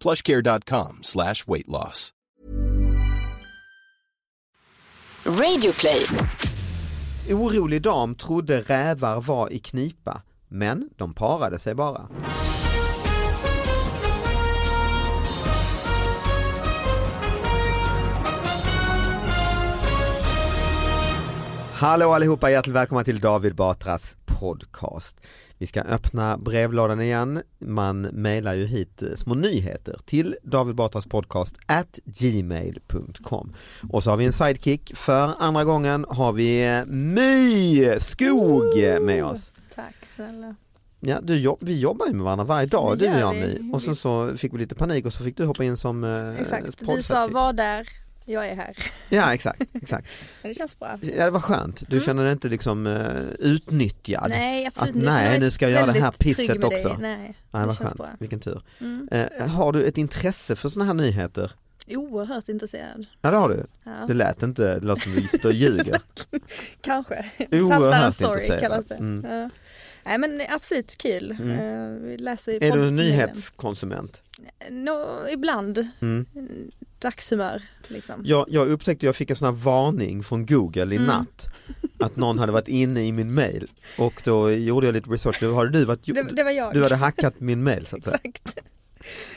plushcare.com slash weight loss. Radioplay. Orolig dam trodde rävar var i knipa, men de parade sig bara. Hallå allihopa, hjärtligt välkomna till David Batras podcast. Vi ska öppna brevlådan igen. Man mejlar ju hit eh, små nyheter till David Batras podcast at gmail.com. Och så har vi en sidekick. För andra gången har vi eh, My Skog med oss. Tack snälla. Ja, du, jobb, vi jobbar ju med varandra varje dag, Det du och gör jag vi. My. Och sen så fick vi lite panik och så fick du hoppa in som eh, Exakt, vi sa poddsidekick. var där, jag är här. Ja, exakt. exakt. Men det känns bra. Ja, det var skönt. Du känner dig inte liksom eh, utnyttjad. Mm. Nej absolut att nej, Jag är nu ska jag göra det här väldigt trygg pisset med också. Dig. Nej, Nej, vad det känns skönt. bra. Vilken tur. Mm. Eh, har du ett intresse för sådana här nyheter? Oerhört intresserad. Ja det har du. Ja. Det lät inte, det låter som du står och ljuger. Kanske. Saltaren Oerhört story intresserad. kallas det. Mm. Ja. Nej men absolut kul. Mm. Eh, vi läser i Är du en podden. nyhetskonsument? Nå, ibland, Mm. dagshumör liksom. Jag, jag upptäckte, jag fick en sån här varning från Google i Mm. natt att någon hade varit inne i min mail och då gjorde jag lite research, då hade du varit, Det, det var jag. du hade hackat min mail så att säga. Exakt.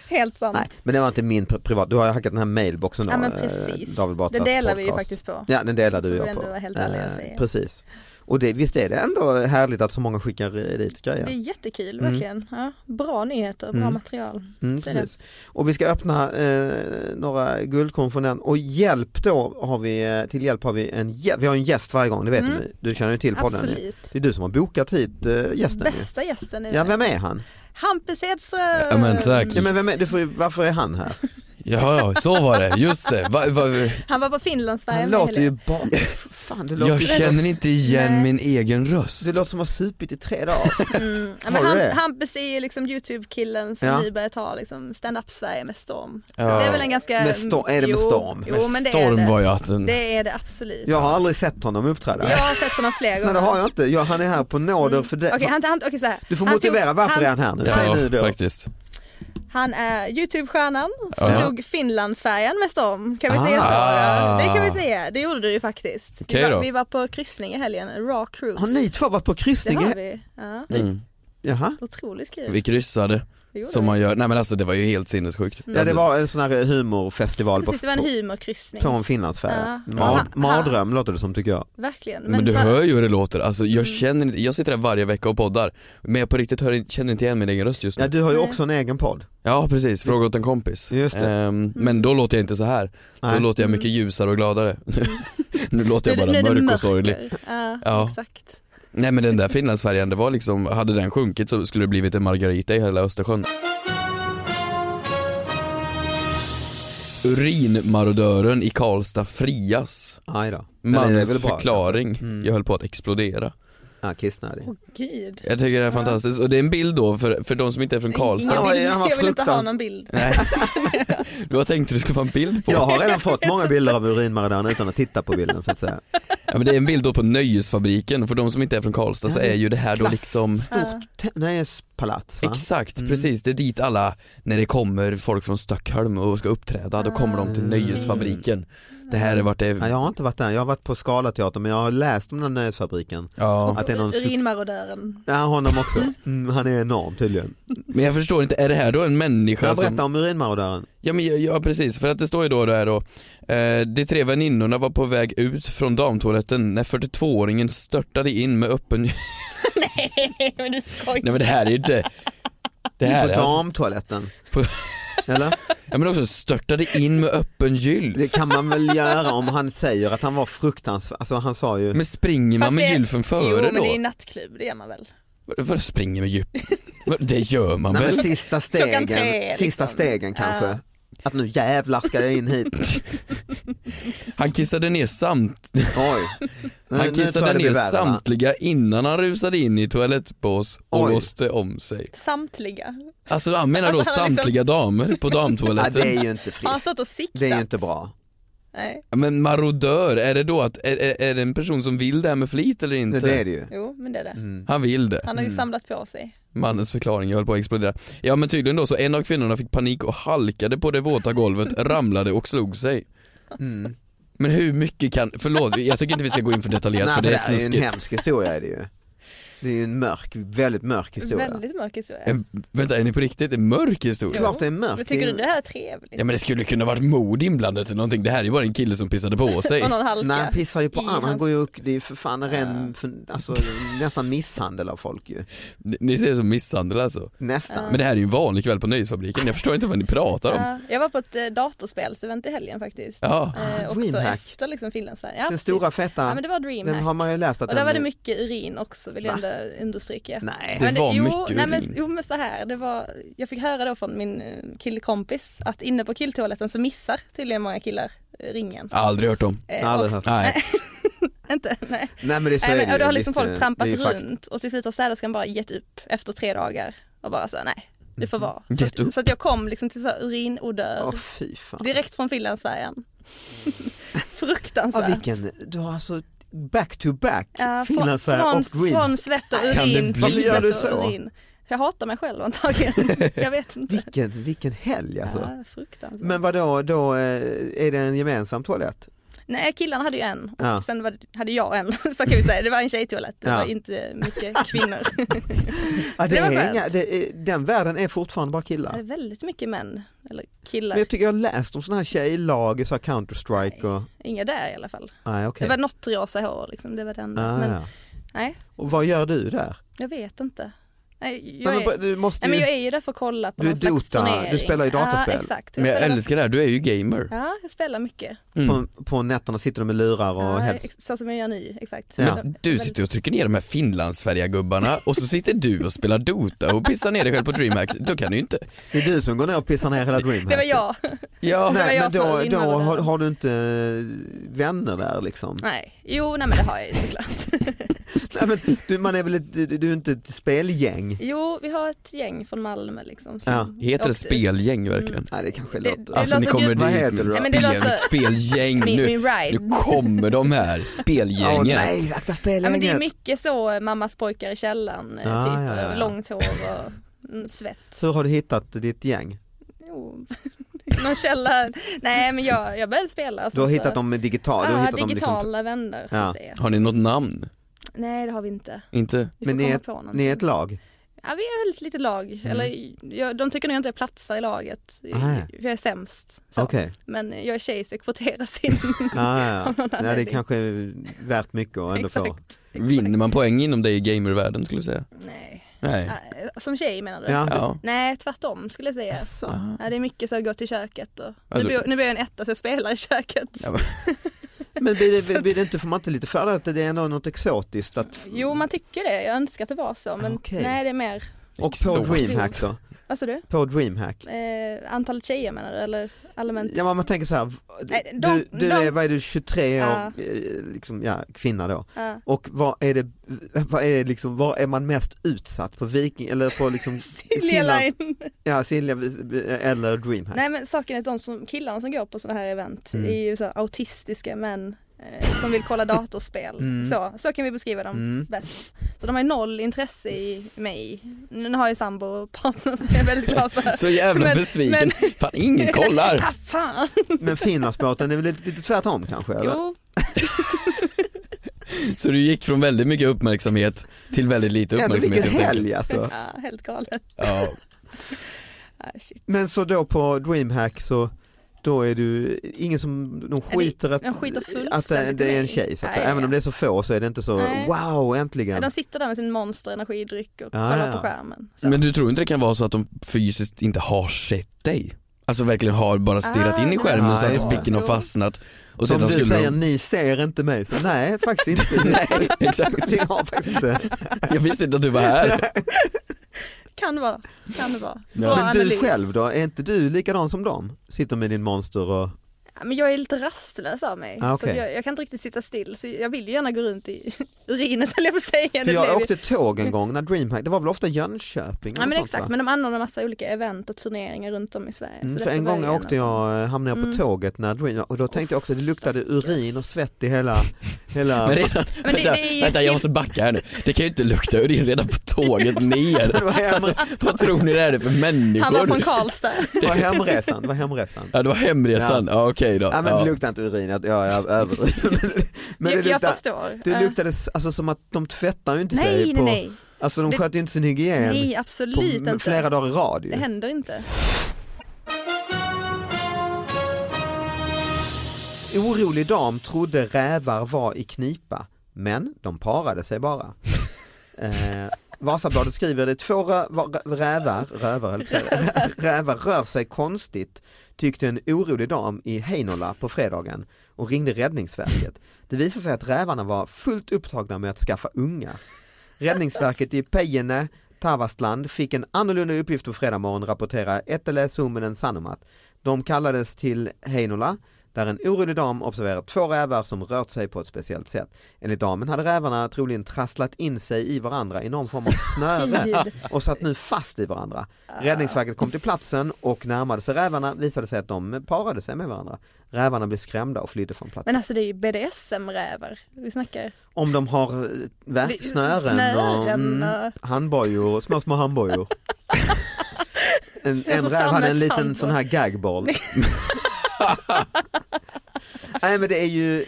Helt sant. Nej, men det var inte min pri- privat, du har hackat den här mailboxen då, ja men eh, precis. David Batras Det delar vi ju podcast. faktiskt på. Ja, den delar du Får och vi jag på. ändå vara helt ärliga och Eh, säga. Precis. Och det, visst är det ändå härligt att så många skickar dit Det grejer? är jättekul Mm. verkligen. Ja, bra nyheter, bra Mm. material. Mm, det är det. precis. Och vi ska öppna eh, några guldkorn från den och hjälp då har vi, eh, till hjälp har vi en, gä- vi har en gäst varje gång, det vet Mm. du, du känner ju till podden ju. Absolut. Det är du som har bokat hit eh, gästen ju. Bästa gästen är Ja det. vem är han? Hampus eh, Hedström! Ja, men tack. Ja, men vem är, du får, ju- varför är han här? Ja, ja, så var det. Just det. Va, va, Han var på Finlandsfärjan Han med låter ju Helene. bara, fan det låter jag ju- känner inte igen Nej. min egen röst. det låter som att ha supit i tre dagar. Mm. Har Ja, men du Ham- det? Hampus är ju liksom Youtube-killen som Ja. vi börjar ta liksom stand-up Sverige med storm. Så Ja. det är väl en ganska... Med sto- är det med Jo, storm? Jo, Men men det Storm är det. var ju att den... Det är det absolut. Jag har aldrig sett honom uppträda. Jag har sett honom flera gånger. Nej det har jag inte, ja, han är här på nåder för det. Mm. Okej, han, han, okej, så här. Du får han motivera tog, varför han, är han här nu? Säg nu Ja, då. faktiskt. Han är Youtube-stjärnan som Ja. tog Finlandsfärjan med storm. Kan vi säga så? Ah. då? Det kan vi säga. Det gjorde du ju faktiskt. Okej vi, då. var, vi var på kryssning i helgen, Raw Cruise. Har ni två varit på det kryssning? har vi. Ja. Mm. Jaha. Otroligt kul. Vi kryssade, Det gjorde som vi. man gör. Nej men alltså det var ju helt sinnessjukt. Alltså, Ja det var en sån här humorfestival på, Precis, det var en på, humorkryssning. på en finlandsfärja. Ja. Mar, Ja. Mardröm låter det som tycker jag. Verkligen. Men, du för- hör ju hur det låter. Alltså Mm. jag känner inte, jag sitter här varje vecka och poddar. Men jag på riktigt hör, känner inte igen min egen röst just Ja nu. du har ju Nej. också en egen podd. Ja precis, fråga åt en kompis. Just det. Mm. Ehm, men då låter jag inte så här. Då Nej. låter jag mycket ljusare och gladare. nu låter jag Nu- bara nu är Mm. det mörk mörker. och sorglig. Ja, Ja. exakt. Nej men den där finlandsfärjan, det var liksom, hade den sjunkit så skulle det blivit en margarita i hela Östersjön. Urinmarodören i Karlstad frias. Aj då. Men det är väl Mans bra. förklaring. Mm. Jag höll på att explodera. Ja, kissnödig. Gud. Jag tycker det är fantastiskt. Och det är en bild då för, för de som inte är från Karlstad. Ja, Ingen bild. han var Jag vill inte ha fruktans- någon bild. Nej. Du har tänkt att du ska få en bild på. Jag har redan fått många bilder av urinmarodören utan att titta på bilden så att säga. Ja, men det är en bild då på Nöjesfabriken. För de som inte är från Karlstad så är ju det här då liksom Stort te- nöjespalats va? Mm. Exakt, precis. Det är dit alla, när det kommer folk från Stockholm och ska uppträda, då kommer de till Nöjesfabriken. Det här är vart det Mm. Ja, är. jag har inte varit där, jag har varit på Skala teater men jag har läst om den här nöjesfabriken. Ja. Att det är någon... su- Urinmarodören. Ja, honom också. Mm, han är enorm tydligen. Men jag förstår inte, är det här då en människa Jag som... berättar om urinmarodören. Ja, men, ja, ja precis, för att det står ju då där då. Eh, de tre väninnorna var på väg ut från damtoaletten när 42-åringen störtade in med öppen... Nej Nej men du skojar. men det här är ju inte... Det här På är alltså... damtoaletten. På... Eller? Ja men också störtade in med öppen gyll. Det kan man väl göra om han säger att han var fruktansvärd. Alltså han sa ju... Men springer man Fast med det- gylfen Alltså, Jo före men det är då? ju nattklubb, det gör man väl. Vad- Vadå springer med djup? Vad- Det gör man Nej, väl? men sista stegen, Klockan tre, sista liksom. stegen kanske. Ja. Att nu jävlar ska jag in hit. Han kissade ner, samt, Oj. Nu, han nu tror kissade jag det blir ner värre, va? samtliga innan han rusade in i toalettbås och Oj. låste om sig. Samtliga. Alltså han menar då Alltså, han liksom- samtliga damer på Ja, damtoaletten. det är ju inte Har han friskt. stått och siktat? Det är ju inte bra. Nej. Men marodör, är det då att, är, är, är det en person som vill det här med flit eller inte? Det, det är det ju. Jo men det är det. Mm. Han vill det. Han har ju samlat på sig. Mannens förklaring, jag höll på att explodera. Ja men tydligen då så en av kvinnorna fick panik och halkade på det våta golvet, ramlade och slog sig. Mm. Men hur mycket kan, förlåt jag tycker inte vi ska gå in för detaljerat Nej, för det är här är ju en snuskigt. hemsk historia är det ju. Det är ju en mörk, väldigt mörk historia. Väldigt mörk historia. En, vänta, är ni på riktigt? En mörk historia? Klart det är mörkt. Men tycker Det du är- det här är trevligt? Ja men det skulle kunna varit mod inblandat eller någonting. Det här är ju bara en kille som pissade på sig. Och någon halka. Nej han pissar ju på i andra, han hans- går ju och, det är ju för fan en ren, för, alltså, nästan misshandel av folk ju. Ni- Ni ser det som misshandel alltså. Nästan. Men det här är ju en vanlig kväll på Nöjesfabriken. Jag förstår inte vad ni pratar om. Ja, jag var på ett eh, datorspelsevent i helgen faktiskt. Ja. Eh, också Ah, Dreamhack. efter liksom Finlandsfärjan. Ja, Den precis. stora feta, Ja men det var den har Dreamhack. man ju läst att Och där den var det mycket urin också vill jag ändå understryka. Nej. Det Men var jo, mycket nej, men, urin. jo men så här, det var, jag fick höra då från min eh, killkompis att inne på killtoaletten så missar tydligen många killar eh, ringen. Aldrig hört om. Eh, Aldrig och- hört. Nej. Inte, nej. Nej men det så Nej, är men, det och ju. då har liksom Visst, folk det- trampat det är ju fakt- runt och till slut har städerskan bara gett upp efter tre dagar och bara så här, nej du får vara. Så, Gett upp. att, så att jag kom liksom till så här urinodör Mhm. Åh fy fan. direkt från Finlandsfärjan. Ja, Fruktansvärt. vilken, du har alltså back to back Ja, från- Finlandsfärjan från, och Green. Från svett och Kan det urin. bli från så? svett och Varför gör du så? urin. För jag hatar mig själv antagligen. jag vet inte. Vilken, vilken helg alltså. Ja, fruktansvärt. Men vadå, då eh, är det en gemensam toalett? Nej killarna hade ju en och Ja. sen var, hade jag en så kan vi säga. Det var en tjejtoalett, det Ja. var inte mycket kvinnor. Ja, det Det var är skönt. inga, det är, den världen är fortfarande bara det är killar. väldigt mycket män eller killar. Men jag tycker jag har läst om sådana här tjejlag, i så här Counter-Strike och... Inga där i alla fall. Nej okej. Det var något rosa hår liksom, det var den. Ah, men ja. nej, Och vad gör du där? jag vet inte. Nej, jag, Nej, men, bara- är, du måste nej, ju... men jag är ju där för att kolla på Du är någon slags Dota, du turnering. spelar ju dataspel. Ja, exakt. Men jag spelar- älskar det här, du är ju gamer. Ja, jag spelar mycket. på, på nätterna sitter de med lurar och Ja, heads. ex- så som jag gör nu, exakt. Ja. Men- Du sitter och trycker ner de här finlandsfärdiga gubbarna och så sitter du och spelar Dota och pissar ner dig själv på DreamHack. Då kan du ju inte. Det är du som går ner och pissar ner hela Dreamhack. Det var jag. Ja, var Nej jag men som då, var då invandrare. har, har du inte eh, vänner där liksom? Nej, jo nej men det har jag ju såklart. Nej, men du, man är väl ett, du, du är inte ett spelgäng? Jo, vi har ett gäng från Malmö liksom. som- Ja. heter det Och- spelgäng verkligen? Nej det kanske Det- låter... det Alltså ni låter kommer ju- dit Vad heter med det då? Nej, men det spel, låter- spelgäng Min- nu. min ride. Nu kommer de här, Åh, spelgänget. nej, akta Ja, men spelgänget. det är mycket så eh, mammas pojkar i källaren, eh, Ah, typ ja, ja, ja. långt hår och mm, svett. Hur har du hittat ditt gäng? Jo. Någon källa, nej men jag, jag började spela. Du har hittat dem digitalt? du har Alltså- Ja, hittat dem digitala liksom, vänner Ja. så att säga. Har ni något namn? Nej det har vi inte. Inte? Vi men ni får komma är, på ett- någonting. ni är ett lag? Ja, vi är väldigt lite lag, eller jag, de tycker nog inte jag platsar i laget. Mm. Nej. Jag är sämst. Så. Okej. Men jag är tjej så jag kvoteras in. Ah, ja. någon ja, det är anledning. kanske är värt mycket att ändå få. Exakt. Vinner man poäng inom dig i gamervärlden skulle du säga? Nej. Nej. Ja, Som tjej menar du? Ja. Ja. Nej tvärtom skulle jag säga. Så. Ja, det är mycket så att gå till köket och Ja, nu, du- bor, nu bor jag i en etta så jag spelar i köket. Ja, Men blir det, blir det inte, får man inte lite för att det är ändå något exotiskt? Att, Jo man tycker det, jag önskar att det var så men Okej. nej det är mer och på Exotiskt. DreamHack då? Alltså du? På DreamHack? Eh, antalet tjejer menar du eller allmänt? Ja men man tänker så här, v- Nej, de- du, du de- är, vad är du, 23 år, Ja. eh, liksom, ja, kvinna då. Ja. Och vad är det, vad är liksom, var är man mest utsatt? På Viking eller på liksom Silja Finlands- Line. Ja, Silja eh, eller DreamHack. Nej men saken är att de som, killarna som går på sådana här event Mm. är ju så här autistiska män eh, som vill kolla datorspel. Mm. Så, så kan vi beskriva dem Mm. bäst. Så de har ju noll intresse i mig. Nu har jag ju sambo och partner som jag är väldigt glad för. Så jävla Men- besviken. men- Fan ingen kollar. Ah, fan! Men Finlandsbåten är väl lite, lite tvärtom kanske? Eller? Jo, Så du gick från väldigt mycket uppmärksamhet till väldigt lite Ja, men vilken uppmärksamhet. helt enkelt. helg alltså. ja, helt galet. Ja. Ah, shit. Men så då på DreamHack så då är du ingen som, de skiter att, de skiter fullständigt att det det är en i tjej så att mig. säga. Nej. Även om det är så få så är det inte så Nej. wow Men äntligen. De sitter där med sin monster energidryck och Ja, kollar ja. på skärmen. Så. Men du tror inte det kan vara så att de fysiskt inte har sett dig? Alltså verkligen har bara stirrat Ah, in i skärmen nej. så att Ja. blicken har Jo. fastnat Som och sedan du skulle säger, de... ni ser inte mig. Så nej, faktiskt inte. Nej, exakt. Jag har faktiskt inte. Jag visste inte att du var här. Kan det vara, kan det vara. Bra Men du analys. själv då, är inte du likadan som dem? Sitter med din monster och, Ja, Men jag är lite rastlös av mig. Ah, så okej. att jag, jag kan inte riktigt sitta still. Så jag vill ju gärna gå runt i urinet höll jag på att säga. Det för jag blev ju- åkte tåg en gång när DreamHack, det var väl ofta Jönköping? Ja eller men sånt, exakt, va? men de anordnar massa olika event och turneringar runt om i Sverige. Mm, så för detta en var gång ju en åkte av- jag, eh, hamnade jag på Mm. tåget när Dream, och då tänkte jag också det luktade urin och svett i hela, hela Men redan, Men det- vänta, det är ju- vänta jag måste backa här nu. Det kan ju inte lukta urin redan på tåget ner. var hem- Alltså, vad tror ni det här är för Han var människor? från Karlstad. var hemresan, var hemresan. Ja det var hemresan, ja, okej då. Ja, men det Ja. luktade inte urin, jag, jag, jag överdriver. Men det jag, jag luktade, förstår. det Eh, luktade s- alltså, som att de tvättar ju inte sig nej, nej, på, nej. alltså de Det- sköter ju inte sin hygien Nej, på absolut m- inte. flera dagar i rad ju. Det händer inte. Orolig dam trodde rävar var i knipa, men de parade sig bara. Eh, Vasabladet skriver det, två rö- va- rävar, rövar, höll jag på att säga. rävar rör sig konstigt, tyckte en orolig dam i Heinola på fredagen och ringde räddningsverket. Det visade sig att rävarna var fullt upptagna med att skaffa unga. Räddningsverket i Pejene, Tavastland fick en annorlunda uppgift på fredag morgon, rapporterar Ettele Suominen Sanomat. De kallades till Heinola där en orolig dam observerat två rävar som rört sig på ett speciellt sätt. Enligt damen hade rävarna troligen trasslat in sig i varandra i någon form av snöre och satt nu fast i varandra. Räddningsverket kom till platsen och närmade sig rävarna visade sig att de parade sig med varandra. Rävarna blev skrämda och flydde från platsen. Men alltså det är ju BDSM-rävar vi snackar. Om de har eh, va? Det- snören, och snören mm, och- handbojor, små små handbojor. En, Jag en får räv hade en liten sammetshand. sån här gagboll. Nej men det är ju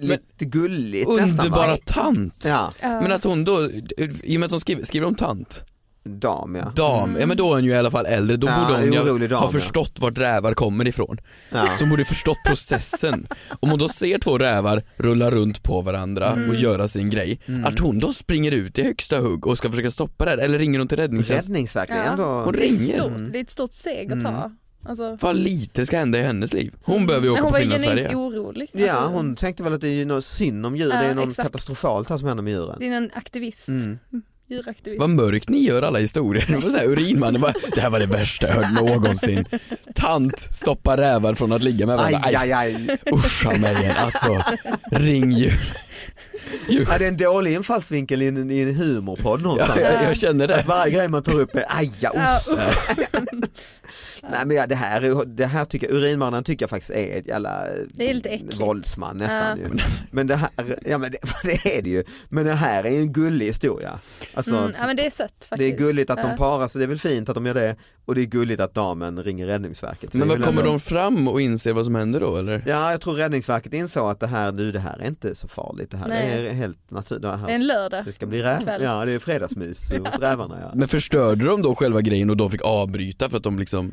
lite gulligt nästan. va? Underbara tant. Ja, Men att hon då, i och med att hon skriver, skriver om tant, dam ja. dam, ja men då är hon ju i alla fall äldre, då Ja, borde hon ju orolig dam, ha ja. förstått vart rävar kommer ifrån. Ja. Så hon borde förstått processen. Om hon då ser två rävar rulla runt på varandra och Mm. göra sin grej, att hon då springer ut i högsta hugg och ska försöka stoppa det här, eller ringer hon till räddningstjänsten? Räddningsverket Ja. ändå. Hon Det är, ringer. stort, det är ett stort steg att ta. Mm. Alltså, Vad Mm. lite ska hända i hennes liv. Hon behöver ju men åka Mm. hon på var ju genuint Finlandssverige. orolig. Ja, Alltså, hon tänkte väl att det är ju något synd om djur, det är Ja, något exakt. katastrofalt här som händer med djuren. Det är en aktivist, Mm. djuraktivist. Vad mörkt ni gör alla historier. Det var så här, urinmannen bara, det här var det värsta jag hört någonsin. Tant stoppar rävar från att ligga med Aj, varandra. aj, Aj, aj. Uscha mig igen, alltså ring djur. djur. Ja, det är en dålig infallsvinkel i en, i en humorpodd någonstans. Jag, jag känner det. Att varje grej man tar upp är aja, usch. Ja, usch. Nej men ja, det här, är- det här tycker jag, urinmannen tycker jag faktiskt är ett jävla Det är lite äckligt. våldsman nästan ju. Men det här, ja men det, det är det ju. Men det här är ju en gullig historia. Alltså, mm, ja men det är sött faktiskt. det är gulligt att Ja. de parar sig, det är väl fint att de gör det och det är gulligt att damen ringer räddningsverket. Så Men det är vad väl kommer ändå- de fram och inser vad som händer då eller? Ja jag tror räddningsverket insåg att det här, nu det här är inte så farligt, det här Nej. är helt naturligt. Det, Det är en här- lördag. det ska bli räv, kväll. ja det är fredagsmys hos rävarna ja. Men förstörde de då själva grejen och de fick avbryta för att de liksom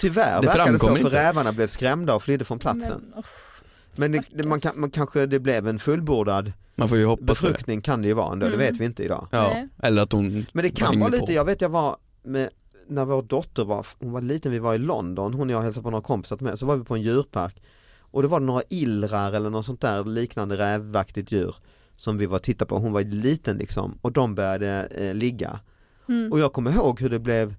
Tyvärr Det verkar det så framkom för inte. rävarna blev skrämda och flydde från platsen. Men, oh, Men, det, det, man, kan, man kanske det blev en fullbordad Man får ju hoppas på det. befruktning kan det ju vara ändå, det vet vi inte idag. Ja. Nej. Eller att hon Men det kan hängde vara lite, på. jag vet jag var med, när vår dotter var, hon var liten, vi var i London, hon och jag hälsade på några kompisar med, så var vi på en djurpark och då var det några illrar eller något sånt där liknande rävaktigt djur som vi var och tittade på, hon var liten liksom och de började eh, ligga. Och jag kommer ihåg hur det blev,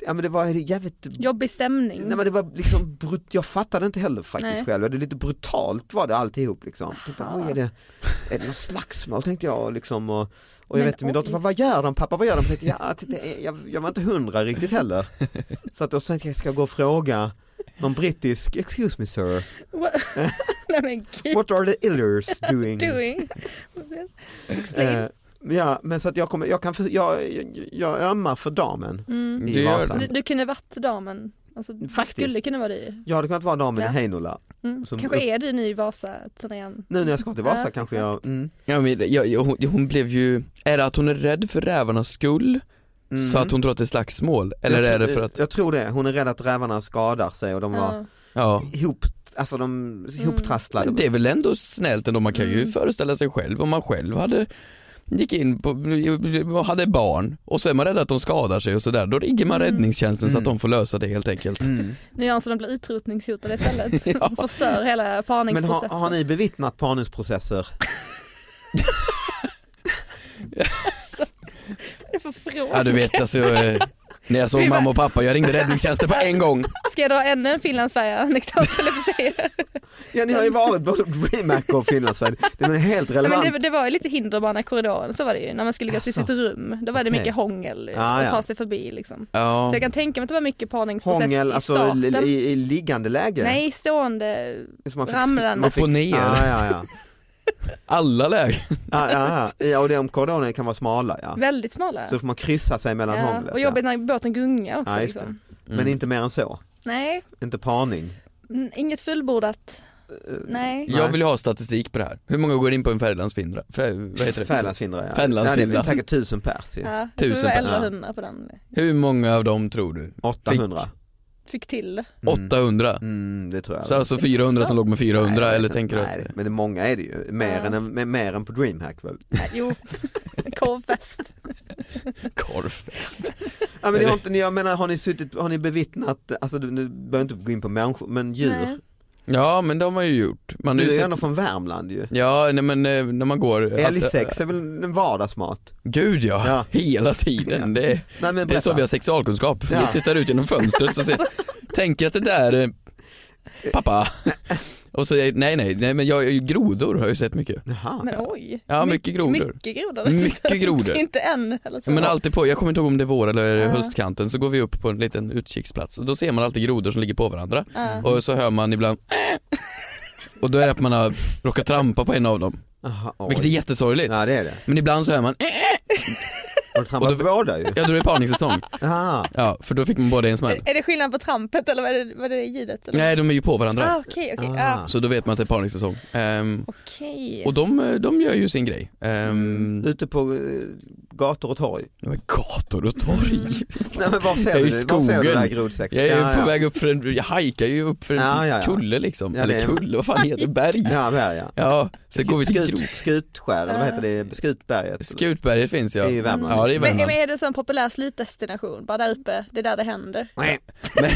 ja men det var jävligt jobbig stämning. Nej men det var liksom, brut- jag fattade inte heller faktiskt Nej. själv, det var lite brutalt var det alltihop liksom. Jag Tänkte, oj, är, det, är det något slagsmål tänkte jag liksom och, och jag Ah. Men vet min dotter, oj. vad, vad gör de pappa, vad gör de? Jag, tänkte, ja, titta, jag, jag var inte hundra riktigt heller. Så att och sen ska jag gå och fråga någon brittisk, excuse me sir, What- Nej men gud. what are the illers doing? doing? Eh, ja men så att jag kommer, jag kan, för- jag, jag, jag ömmar för damen Det i gör Vasa. du. Mm. Du, du kunde varit damen. Alltså, det Faktiskt. skulle kunna vara du. Jag hade kunnat vara damen Ja. i Heinola. Mm. Som- Kanske är du ny i Vasa-turnén. Nu när jag ska till Vasa Ja, kanske exakt. jag, mm. Ja, men, jag, jag, hon, hon blev ju, är det att hon är rädd för rävarnas skull? Mm. Så att hon tror att det är slagsmål? Eller jag är det tror- för att, Jag tror det, hon är rädd att rävarna skadar sig och de var Ja. Mm. ja. ihop, alltså de ihoptrasslade. Men det är väl ändå snällt ändå, man kan ju föreställa sig själv om man själv hade gick in på, och hade barn och så är man rädd att de skadar sig och sådär, då ringer man Mm. räddningstjänsten så att de får lösa det helt enkelt. Nu gör han så de blir utrotningshotade istället. De Förstör hela Men har, parningsprocessen. har ni bevittnat parningsprocesser? Vad är det för fråga? Ja du vet alltså, eh, när jag såg mamma och pappa, jag ringde räddningstjänsten på en gång. Ska jag dra ännu en Finlandsfärja-anekdot eller vad säger jag? Ja ni har ju varit både på Remac och Finlandsfärd, det är helt Nej, relevant. men det, det var ju lite hinderbana i korridoren, så var det ju när man skulle gå till Jaså. sitt rum. Då var det Okej. mycket hångel Ah, att ja. ta sig förbi liksom. Ja. Så jag kan tänka mig att det var mycket parningsprocess Hångel, i alltså starten. i, i, i liggande läge? Nej, stående. Så man ramlande. Upp och ner. Ja, ja, ja. Alla lägen. Ja, ja, ja. ja och det om korridorerna kan vara smala ja. Väldigt smala. Så får man kryssa sig mellan ja. hånglet. Och ja. jobbigt när båten gungar också. Ja, just det. liksom. Men Mm. inte mer än så, Nej, inte parning. mm, inget fullbordat. Eh, Nej. Jag vill ju ha statistik på det här. Hur många går in på en Färglandsfindra? Fär, vad heter det? Färlandsfindra ja. Färlandsfindra. Ja, det är väl säkert tusen pers ju. Ja, jag tror det Tusen var per- 1100 på den. Hur många av dem tror du? 800. Fick till det. Fick 800? Mm, det tror jag. Så alltså 400 som låg med 400 Nej, eller det- tänker du att nej, Men det, många är det ju, mer, Ja. än, mer, mer än på DreamHack väl? Nej, Jo, korvfest. korvfest? Ja, men det har inte, jag menar har ni suttit, har ni bevittnat, alltså du, nu behöver jag inte gå in på människor, men djur. Nej. Ja men det har man ju gjort. Man Du har ju är ju sett- ändå från Värmland ju. Ja nej, men eh, när man går... att- Älgsex är väl en vardagsmat? Gud ja, Ja. hela tiden. Det, är- Nej, men det är berätta. så vi har sexualkunskap. Ja. Vi tittar ut genom fönstret och ser, tänker att det där, eh, pappa. Och så, är- nej nej, nej men jag, jag- grodor har jag ju sett mycket. Jaha. Men oj. Ja, mycket grodor. Mycket grodor. Mycket grodor. Inte en eller två. Men alltid på, jag kommer inte ihåg om det är vår eller höstkanten, så går vi upp på en liten utkiksplats och då ser man alltid grodor som ligger på varandra Mm. och så hör man ibland och då är det att man har råkat trampa på en av dem, Jaha, oj. vilket är jättesorgligt. Ja det är det. Men ibland så hör man Har du trampat Och då- båda ju? ja då är det parningssäsong. Jaha. Ja, för då fick man båda i en smäll. Är det skillnad på trampet eller vad är det, vad är det ljudet? Eller? Nej, de är ju på varandra. Ah, okej, okej. Ah. Ah. Så då vet man att det är parningssäsong. Ehm, Okej. och de, eh, de gör ju sin grej. Mm. Ehm, Ute på eh, gator och torg. de är gator och torg. Nej men var ser Jag är i du det? Var ser du det här skogen. grodsexet? Jag är ja, på ja. väg upp för en, jag hajkar ju upp för en Ja, ja, ja. kulle liksom. Ja, det Eller är- kulle, vad fan heter det? Berg? Ja, där, ja. Ja, så går vi till Grot. Skut, skutskär, eller vad heter det? Skutberget? Skutberget finns ja. Det är ju Värmland. Ja, det är Men, men Värmland. är det så en populär slutdestination? Bara där uppe, det är där det händer. Nej. Men,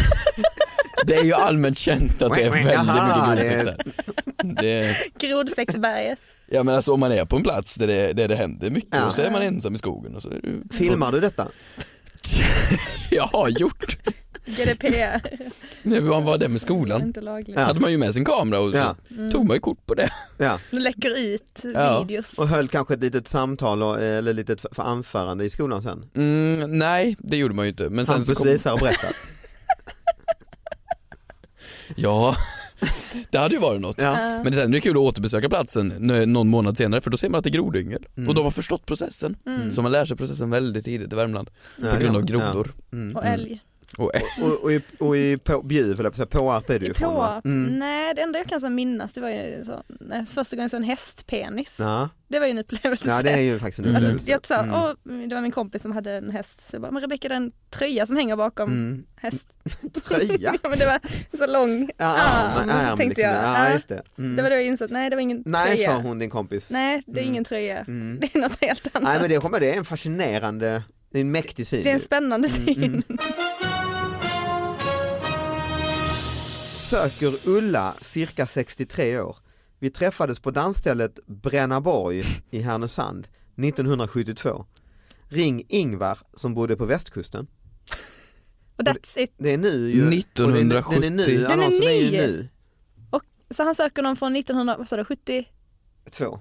det är ju allmänt känt att det är väldigt Jaha, mycket grodsex det- där. Det, Grodsexberget. ja men alltså om man är på en plats där det, där det händer mycket Ja. och så är man ensam i skogen och så är det Filmar du detta? jag har gjort. GDPR. Nej, man var det med skolan. Inte lagligt. Hade man ju med sin kamera och så Ja. tog man ju kort på det. Ja. De läcker ut Ja, videos. Och höll kanske ett litet samtal och, eh, eller ett litet f- anförande i skolan sen. Mm, nej, det gjorde man ju inte. Men sen så Hampus kom... visar och berättar. Ja, det hade ju varit något. Ja. Men sen är det kul att återbesöka platsen n- någon månad senare för då ser man att det är grodyngel. Mm. Och de har förstått processen. Mm. Så man lär sig processen väldigt tidigt i Värmland på Ja, grund av ja. grodor. Mm. Och älg. Och, Och, och i, och i på, Bjuv, eller på att säga, Påarp är du I ju från va? Mm. Påarp? Nej, det enda jag kan så minnas det var ju så, nej, första gången jag såg en hästpenis. Ja. Det var ju en upplevelse. ja, det är ju faktiskt Mm. en Mm. Alltså, upplevelse. jag sa, åh, det var min kompis som hade en häst, så jag bara, men Rebecka den tröja som hänger bakom Mm. häst. Tröja? ja, men det var en så lång Ja, arm, arm, arm tänkte liksom. jag. Ja, Ja. just det. Mm. Det var då jag insåg att nej det var ingen Nej, tröja. sa hon din kompis. Nej det är ingen tröja, det är något helt annat. Nej, men det, kommer- det är en fascinerande, det är en mäktig syn. Det är en spännande Mm. syn. Söker Ulla, cirka 63 år. Vi träffades på dansstället Brännaborg i Härnösand 1972. Ring Ingvar som bodde på västkusten. Och that's it. Det är nu ju. och den- Den är nu, 1970. Den är annonsen är ju ny. nu. Och, så han söker någon från 1970, Två.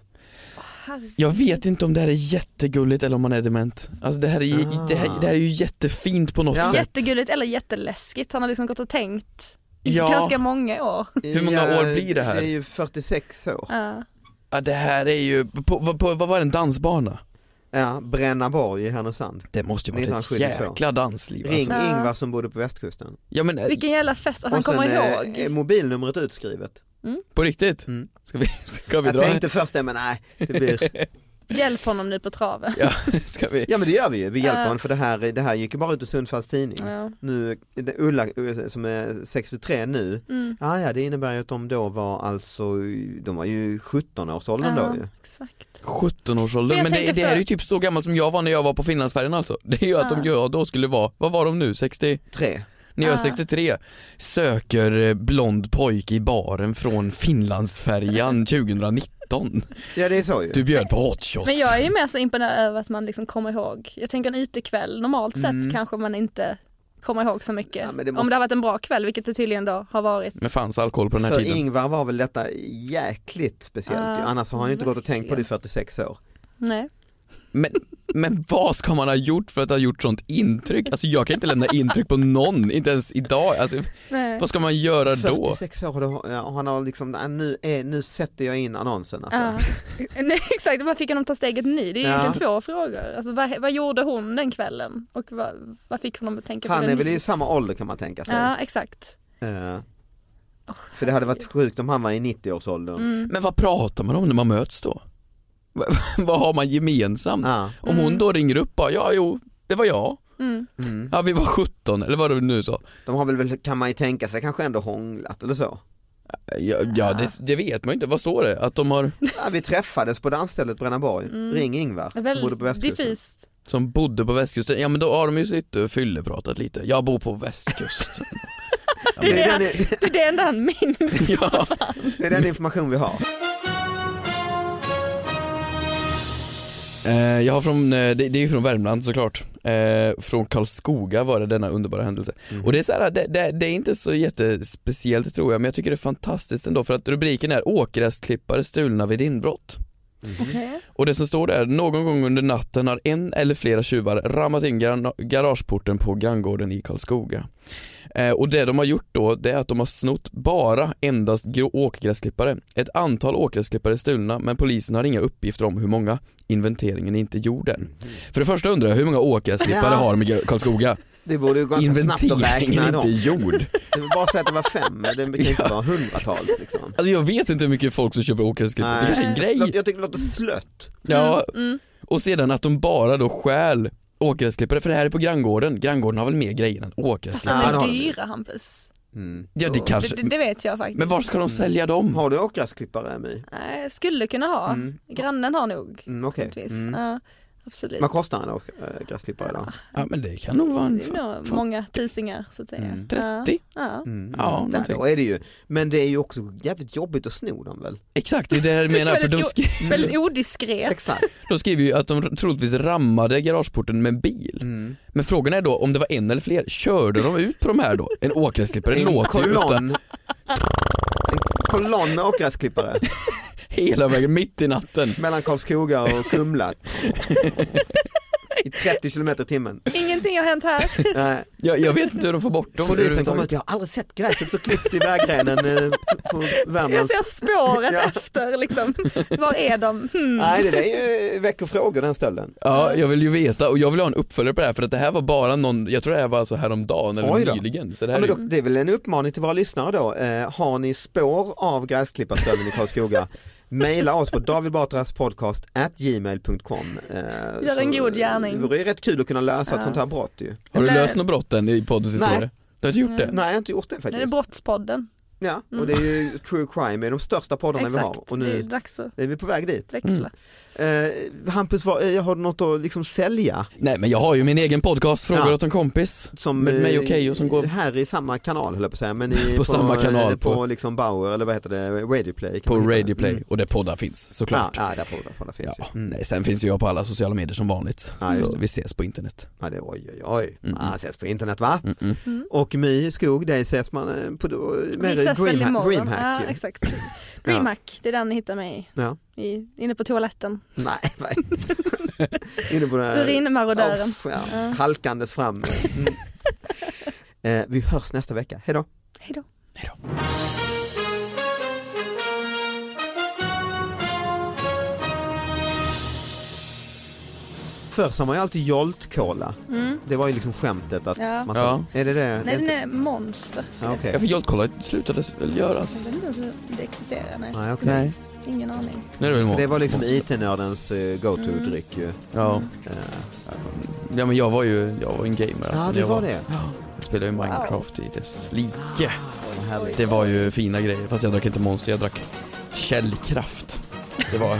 Jag vet inte om det här är jättegulligt eller om man är dement. Alltså det här är, ju- Ah. det här, det här är ju jättefint på något Ja. sätt. jättegulligt eller jätteläskigt. Han har liksom gått och tänkt i Ja. ganska många år. Hur många Ja, år blir det här? Det är ju 46 år. Ja. Ja, det här är ju, på, vad- på, vad var det, en dansbana? Ja, Brännaborg i Härnösand. Det måste ju varit ett 1972. jäkla dansliv Ring alltså. Ja. Ingvar som bodde på västkusten. Ja men eh, Vilken jävla fest, och han Och kommer sen eh, är- ihåg. är mobilnumret utskrivet. på riktigt. Mm. Ska vi, ska vi Jag dra? tänkte först det men nej, det blir... Hjälp honom nu på traven. Ja, ska vi? Ja men det gör vi ju, vi hjälper honom för det här, det här gick ju bara ut i Sundsvalls tidning. Ja. Nu, det- Ulla eh, som är 63 nu, Mm. ah, ja det innebär ju att de då var alltså, de var ju 17-årsåldern då ju. exakt. 17-årsåldern, Men jag men det, tänker det här så- är ju typ så gammalt som jag var när jag var på Finlandsfärjan alltså. Det är ju att de jag då skulle vara, vad var de nu, 60? Tre. När jag är 63 söker eh, blond pojke i baren från Finlandsfärjan 2019. Ja det är så ju. Du bjöd på hot shots. Men jag är ju mer så imponerad över att man liksom kommer ihåg. Jag tänker en utekväll, normalt sett kanske man inte kommer ihåg så mycket. Mm. Ja, men det måste- Om det har varit en bra kväll, vilket det tydligen då har varit. Men fanns alkohol på den här för tiden? Ingvar var väl detta jäkligt speciellt ju. Ja, annars har han ju inte gått och tänkt på det i 46 år. Nej. Men, men vad ska man ha gjort för att ha gjort sånt intryck? Alltså jag kan inte lämna intryck på någon, inte ens idag. Alltså, Nej. vad ska man göra då? 46 år och då- ja, och han har liksom, ah, nu, är, nu sätter jag in annonsen alltså. Ja. Nej, exakt, vad fick honom ta steget nu? Det är ju Ja. egentligen två frågor. Alltså, vad, vad gjorde hon den kvällen och vad, vad fick honom att tänka Han på Ah. det är nu? väl i samma ålder kan man tänka sig. Ja, exakt. Eh, för det hade varit sjukt om han var i 90-årsåldern. Mm. Men vad pratar man om när man möts då? Vad- vad har man gemensamt? Ja. Om hon då ringer upp bara, ja jo, det var jag. Ja vi var 17 eller vad du nu sa. De har väl- väl, kan man ju tänka sig, kanske ändå hånglat eller så. Ja, ja det, det vet man ju inte, vad står det? Att de har, Ja, vi träffades på dansstället Brännaborg, ring Ingvar som bodde på Mm. Väldigt västkusten. diffust. som bodde på västkusten, ja men då har de ju sitt eh, fyllepratat lite. Jag bor på västkusten. Det är det, den han- är- det är det enda han minns. ja. Det är den information vi har. Eh, Jag har från, eh, det, det är ju från Värmland såklart. Eh, Från Karlskoga var det denna underbara händelse. Och det är, så här, det, det, det är inte så jättespeciellt tror jag, men jag tycker det är fantastiskt ändå för att rubriken är åkgräsklippare stulna vid inbrott. Okej. Och det som står där, någon gång under natten har en eller flera tjuvar rammat in gar- garageporten på granngården i Karlskoga. Eh, och det de har gjort då, det är att de har snott bara endast grå- åkgräsklippare. Ett antal åkgräsklippare är stulna, men polisen har inga uppgifter om hur många. Inventeringen är inte gjord än. För det första undrar jag, hur många åkgräsklippare Ja. har de i Karlskoga? Det borde ju gå ganska snabbt att Inventeringen räkna är dem. inte gjord. Det var bara att säga att det var fem, men det kan ju inte Ja. vara hundratals liksom. Alltså jag vet inte hur mycket folk som köper åkgräsklippare, det kanske är en grej. Jag tycker det låter slött. Mm, Ja, Mm. och sedan att de bara då stjäl åkgräsklippare, för det här är på granngården. Granngården har väl mer grejer än Fast åkgräsklippare? Ja, det de har är de ju. dyra Hampus. Ja, det kanske. Det, det Mm. vet jag faktiskt. Men var ska de sälja dem? Har du åkgräsklippare My? Nej, skulle kunna ha. Grannen har nog. Mm, okej. Givetvis. Mm. Ja. Absolut. Vad kostar en äh, gräsklippare idag? Ja men det kan nog vara en... Det är nog fan- många tusingar så att säga. Mm. 30? Ja. ja. Mm. Ja, Ja, någonting. då är det ju. Men det är ju också jävligt jobbigt att sno dem väl? Exakt, det är det jag menar. För de, Väldigt skri- Väldigt odiskret. Exakt. de skriver ju att de troligtvis rammade garageporten med en bil. Mm. Men frågan är då om det var en eller fler, körde de ut på de här då? En åkgräsklippare En låter ju utan kolonn. En kolonn med åkgräsklippare hela vägen mitt i natten. mellan Karlskoga och Kumla. I 30 kilometer i timmen. Ingenting har hänt här. Nej. Jag, jag vet inte hur de får bort dem. Polisen kom överhuvudtaget. ut, jag har aldrig sett gräset så klippt i vägrenen eh, på Jag Värmlands. ser spåret Ja. efter liksom. Var är de? Hmm. Nej det där är ju eh, väcker frågor den stölden. Ja, jag vill ju veta och jag vill ha en uppföljare på det här för att det här var bara någon, jag tror det här var alltså häromdagen Oj eller då. nyligen. Så det Ja, här men är då, ju, det är väl en uppmaning till våra lyssnare då. Eh, har ni spår av gräsklipparstölden i Karlskoga? Maila oss på davidbatraspodcast.gmail.com eh, Gör en så- god gärning. Det vore ju rätt kul att kunna lösa ett sånt här brott ju. har du Nej. löst något brott än i poddens Nej. historia? Du har inte gjort det? Nej jag har inte gjort det Det är faktiskt. Brottspodden. ja, och det är ju true crime, det är de största poddarna vi Exakt. har och Det är nu dags att är vi på väg dit. växla. Eh, Hampus, vad, eh, har du något att liksom sälja? Nej men jag har ju min egen podcast, Frågor Ja. åt en kompis. Som, med mig eh, och Keyyo som går Här i samma kanal höll jag på att säga, men i, På samma eh, kanal, På, på- liksom Bauer eller vad heter det, Radio Play. kan på man hitta. Radio Play Mm. och där poddar finns Ja, såklart. ja, där på, där på, där finns Ja, ju. Mm. nej, sen finns ju jag på alla sociala medier som vanligt. Ja, just så vi ses på internet. Ja, det, oj, oj, oj. Mm, Man ses på internet va? Och My Skog, dig ses man eh, på då, mer i Mm. ses väl Dreamha- imorgon. Dreamhack. ju. Ja, exakt. Dreamhack, det är där ni hittar mig. Ja. I, inne på toaletten. Nej, vad- Inne på den här- Urinmarodören. Uff, Äh, ja. Halkandes fram. Mm. Eh, vi hörs nästa vecka, hejdå. Hej då. Hejdå. Förr sa man ju alltid joltkola. Det var ju liksom skämtet att Mm. Ja. man sa, är det det? Nej, Är den det- är monster. Ja, okej. Ja, för Joltkollar slutade väl göras? Jag vet inte ens hur det existerar. Nej. Nej, okej. Nej. Ingen aning. Nu är det väl För imorgon. Det var liksom IT-nördens eh, go-to-dryck Mm. ju. Ja. Eh, ja men jag var ju, jag var en gamer alltså. Ja, när det jag var det. Jag spelade ju Minecraft i dess like. Vad härligt. Det var ju fina grejer, fast jag drack inte Monster, jag drack Källkraft. Det var